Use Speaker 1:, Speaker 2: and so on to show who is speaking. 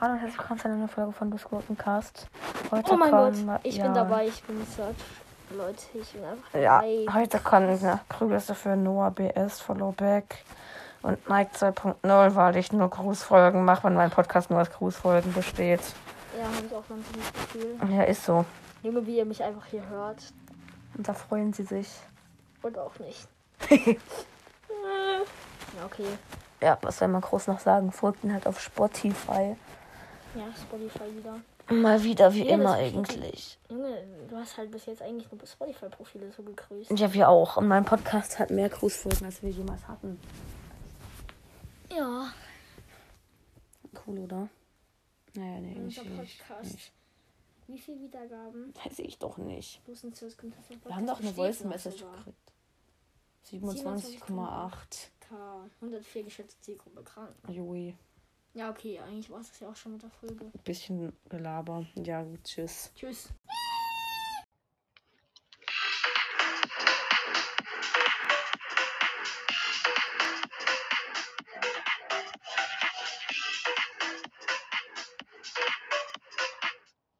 Speaker 1: Hallo und herzlich willkommen zu einer neuen Folge von Discord-Cast.
Speaker 2: Oh mein Gott, ich bin dabei, ich bin Search. Leute, ich bin einfach
Speaker 1: Ja,
Speaker 2: dabei.
Speaker 1: heute kommen ne, Krügerste für Noah BS, Followback und Mike 2.0, weil ich nur Grußfolgen mache und mein Podcast nur aus Grußfolgen besteht.
Speaker 2: Ja, habe ich auch manchmal das Gefühl.
Speaker 1: Ja, ist so.
Speaker 2: Junge, wie ihr mich einfach hier hört.
Speaker 1: Und da freuen sie sich.
Speaker 2: Und auch nicht. ja, okay.
Speaker 1: Ja, was soll man groß noch sagen? Folgt ihn halt auf Spotify.
Speaker 2: Ja, Spotify wieder.
Speaker 1: Mal wieder wie
Speaker 2: Ja, das
Speaker 1: immer
Speaker 2: ist richtig.
Speaker 1: eigentlich.
Speaker 2: Junge, du hast halt bis jetzt eigentlich nur Spotify-Profile so gegrüßt.
Speaker 1: Ja, wir auch. Und mein Podcast hat mehr Grußfolgen, als wir jemals hatten.
Speaker 2: Ja,
Speaker 1: Cool, oder? Naja, nee, nicht,
Speaker 2: unser
Speaker 1: nicht, nicht.
Speaker 2: Podcast. Wie viele Wiedergaben?
Speaker 1: Weiß ich doch nicht.
Speaker 2: Wo sind sie das Kontakt?
Speaker 1: Wir haben doch eine Voice Message gekriegt.
Speaker 2: 27,8.
Speaker 1: 27,8.
Speaker 2: 104 geschätzte Zielgruppe krank.
Speaker 1: Jui,
Speaker 2: Ja, okay, eigentlich war es das ja auch schon mit der Folge.
Speaker 1: bisschen Gelaber. Ja, gut, tschüss.
Speaker 2: Tschüss.